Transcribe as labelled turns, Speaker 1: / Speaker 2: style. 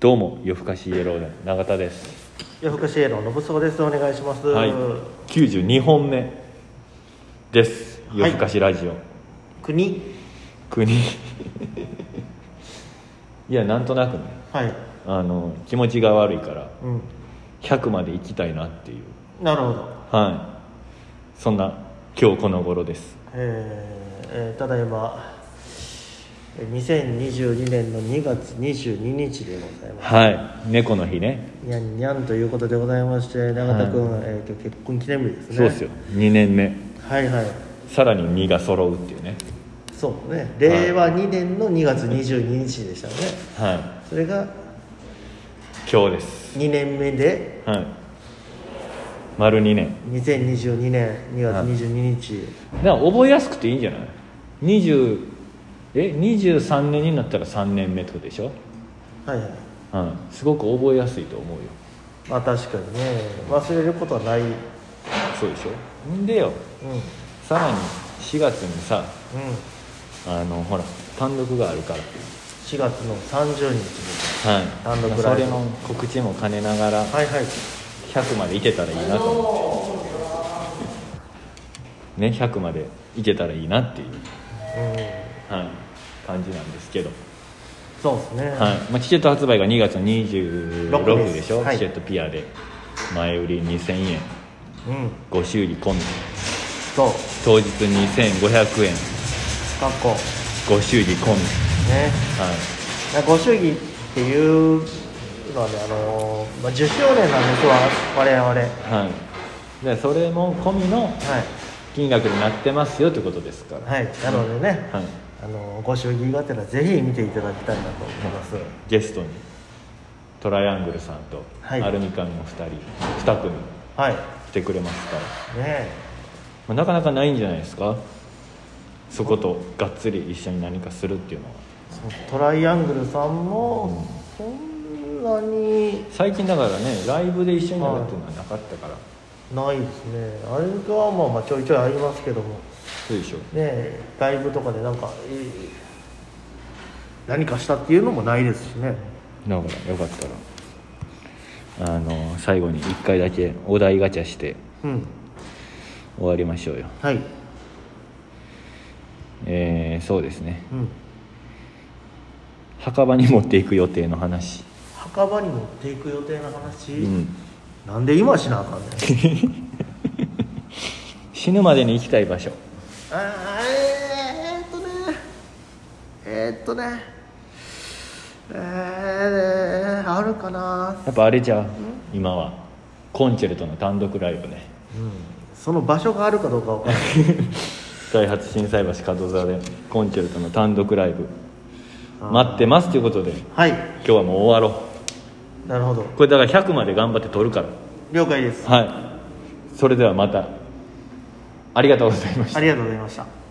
Speaker 1: どうも夜更かしイエローの永田です
Speaker 2: 夜更かしへの信そうですお願いします、
Speaker 1: はい92本目です
Speaker 2: はい
Speaker 1: 夜更かしラジオ、
Speaker 2: 国
Speaker 1: 国 いやなんとなくね
Speaker 2: はい
Speaker 1: あの気持ちが悪いから
Speaker 2: うん
Speaker 1: 100まで行きたいなっていう
Speaker 2: なるほど、
Speaker 1: はいそんな今日この頃です
Speaker 2: えーえーただいまえー2022年の2月22日でございます
Speaker 1: はい猫の日ね
Speaker 2: にゃんにゃんということでございまして永田君、
Speaker 1: は
Speaker 2: えー、と結婚記念日ですね
Speaker 1: そうですよ2年目
Speaker 2: はいはい
Speaker 1: さらに2が揃うっていうね
Speaker 2: そうね令和2年の2月22日でしたね
Speaker 1: は
Speaker 2: それが
Speaker 1: い今日です
Speaker 2: 2年目で
Speaker 1: はい丸2年
Speaker 2: 2022年2月22日、
Speaker 1: だから覚えやすくていいんじゃない20え23年になったら3年目ってことでしょ、
Speaker 2: はいはい
Speaker 1: うん、すごく覚えやすいと思うよ
Speaker 2: まあ確かにね忘れることはないうん
Speaker 1: そうでしょんでよさらに4月にさ
Speaker 2: うん
Speaker 1: あのほら単独があるから
Speaker 2: 4月の30日です
Speaker 1: はい
Speaker 2: 単独ライブ
Speaker 1: それの告知も兼ねながら
Speaker 2: はいはい
Speaker 1: 100までいけたらいいなと思ってね100までいけたらいいなっていう、
Speaker 2: うん
Speaker 1: はい、感じなんですけど
Speaker 2: そうですね
Speaker 1: はいまあ、チケット発売が2月26日でしょ、
Speaker 2: はい
Speaker 1: チケットピアで前売り2000円
Speaker 2: うん
Speaker 1: ご修理込み
Speaker 2: そう
Speaker 1: 当日2500円
Speaker 2: 過去
Speaker 1: ご修理込み、
Speaker 2: ね
Speaker 1: はい、
Speaker 2: ご祝儀っていうのはねあのーまあ、10周年なんですわ我々はい
Speaker 1: はい、でそれも込みの金額になってますよということですから、
Speaker 2: はいなのでね、
Speaker 1: はい
Speaker 2: あのーご祝儀がてらぜひ見ていただきたいなと思います、
Speaker 1: ゲストにトライアングルさんと
Speaker 2: はい
Speaker 1: アルミカンの2人、2組
Speaker 2: はい
Speaker 1: 来てくれますから、
Speaker 2: ね
Speaker 1: まあ、なかなかないんじゃないですかそことがっつり一緒に何かするっていうのは
Speaker 2: そのトライアングルさんもそんなに
Speaker 1: 最近だからねライブで一緒になるっていうのはなかったから、
Speaker 2: ないですねあれはまあまあちょいちょいありますけども
Speaker 1: そうでしょ
Speaker 2: ねライブとかでなんかえー何かしたっていうのもないですしね
Speaker 1: だからよかったらあの最後に1回だけお題ガチャして
Speaker 2: うん
Speaker 1: 終わりましょうよ
Speaker 2: はい
Speaker 1: えー、そうですね
Speaker 2: うん
Speaker 1: 墓場に持っていく予定の話
Speaker 2: 墓場に持っていく予定の話、
Speaker 1: うん
Speaker 2: なんで今し なあかんねん
Speaker 1: 死ぬまでに行きたい場所
Speaker 2: あーえーっとねえーっとねえー、あるかな
Speaker 1: やっぱあれじゃう今はコンチェルトの単独ライブね
Speaker 2: うんその場所があるかどうかわからない
Speaker 1: 大発心斎橋門座でコンチェルトの単独ライブ
Speaker 2: あー
Speaker 1: 待ってますということで
Speaker 2: はい
Speaker 1: 今日はもう終わろ
Speaker 2: なるほど
Speaker 1: うこれだから100まで頑張って撮るから
Speaker 2: 了解です
Speaker 1: はい。それではまた。ありがとうございました
Speaker 2: あ。りがとうございました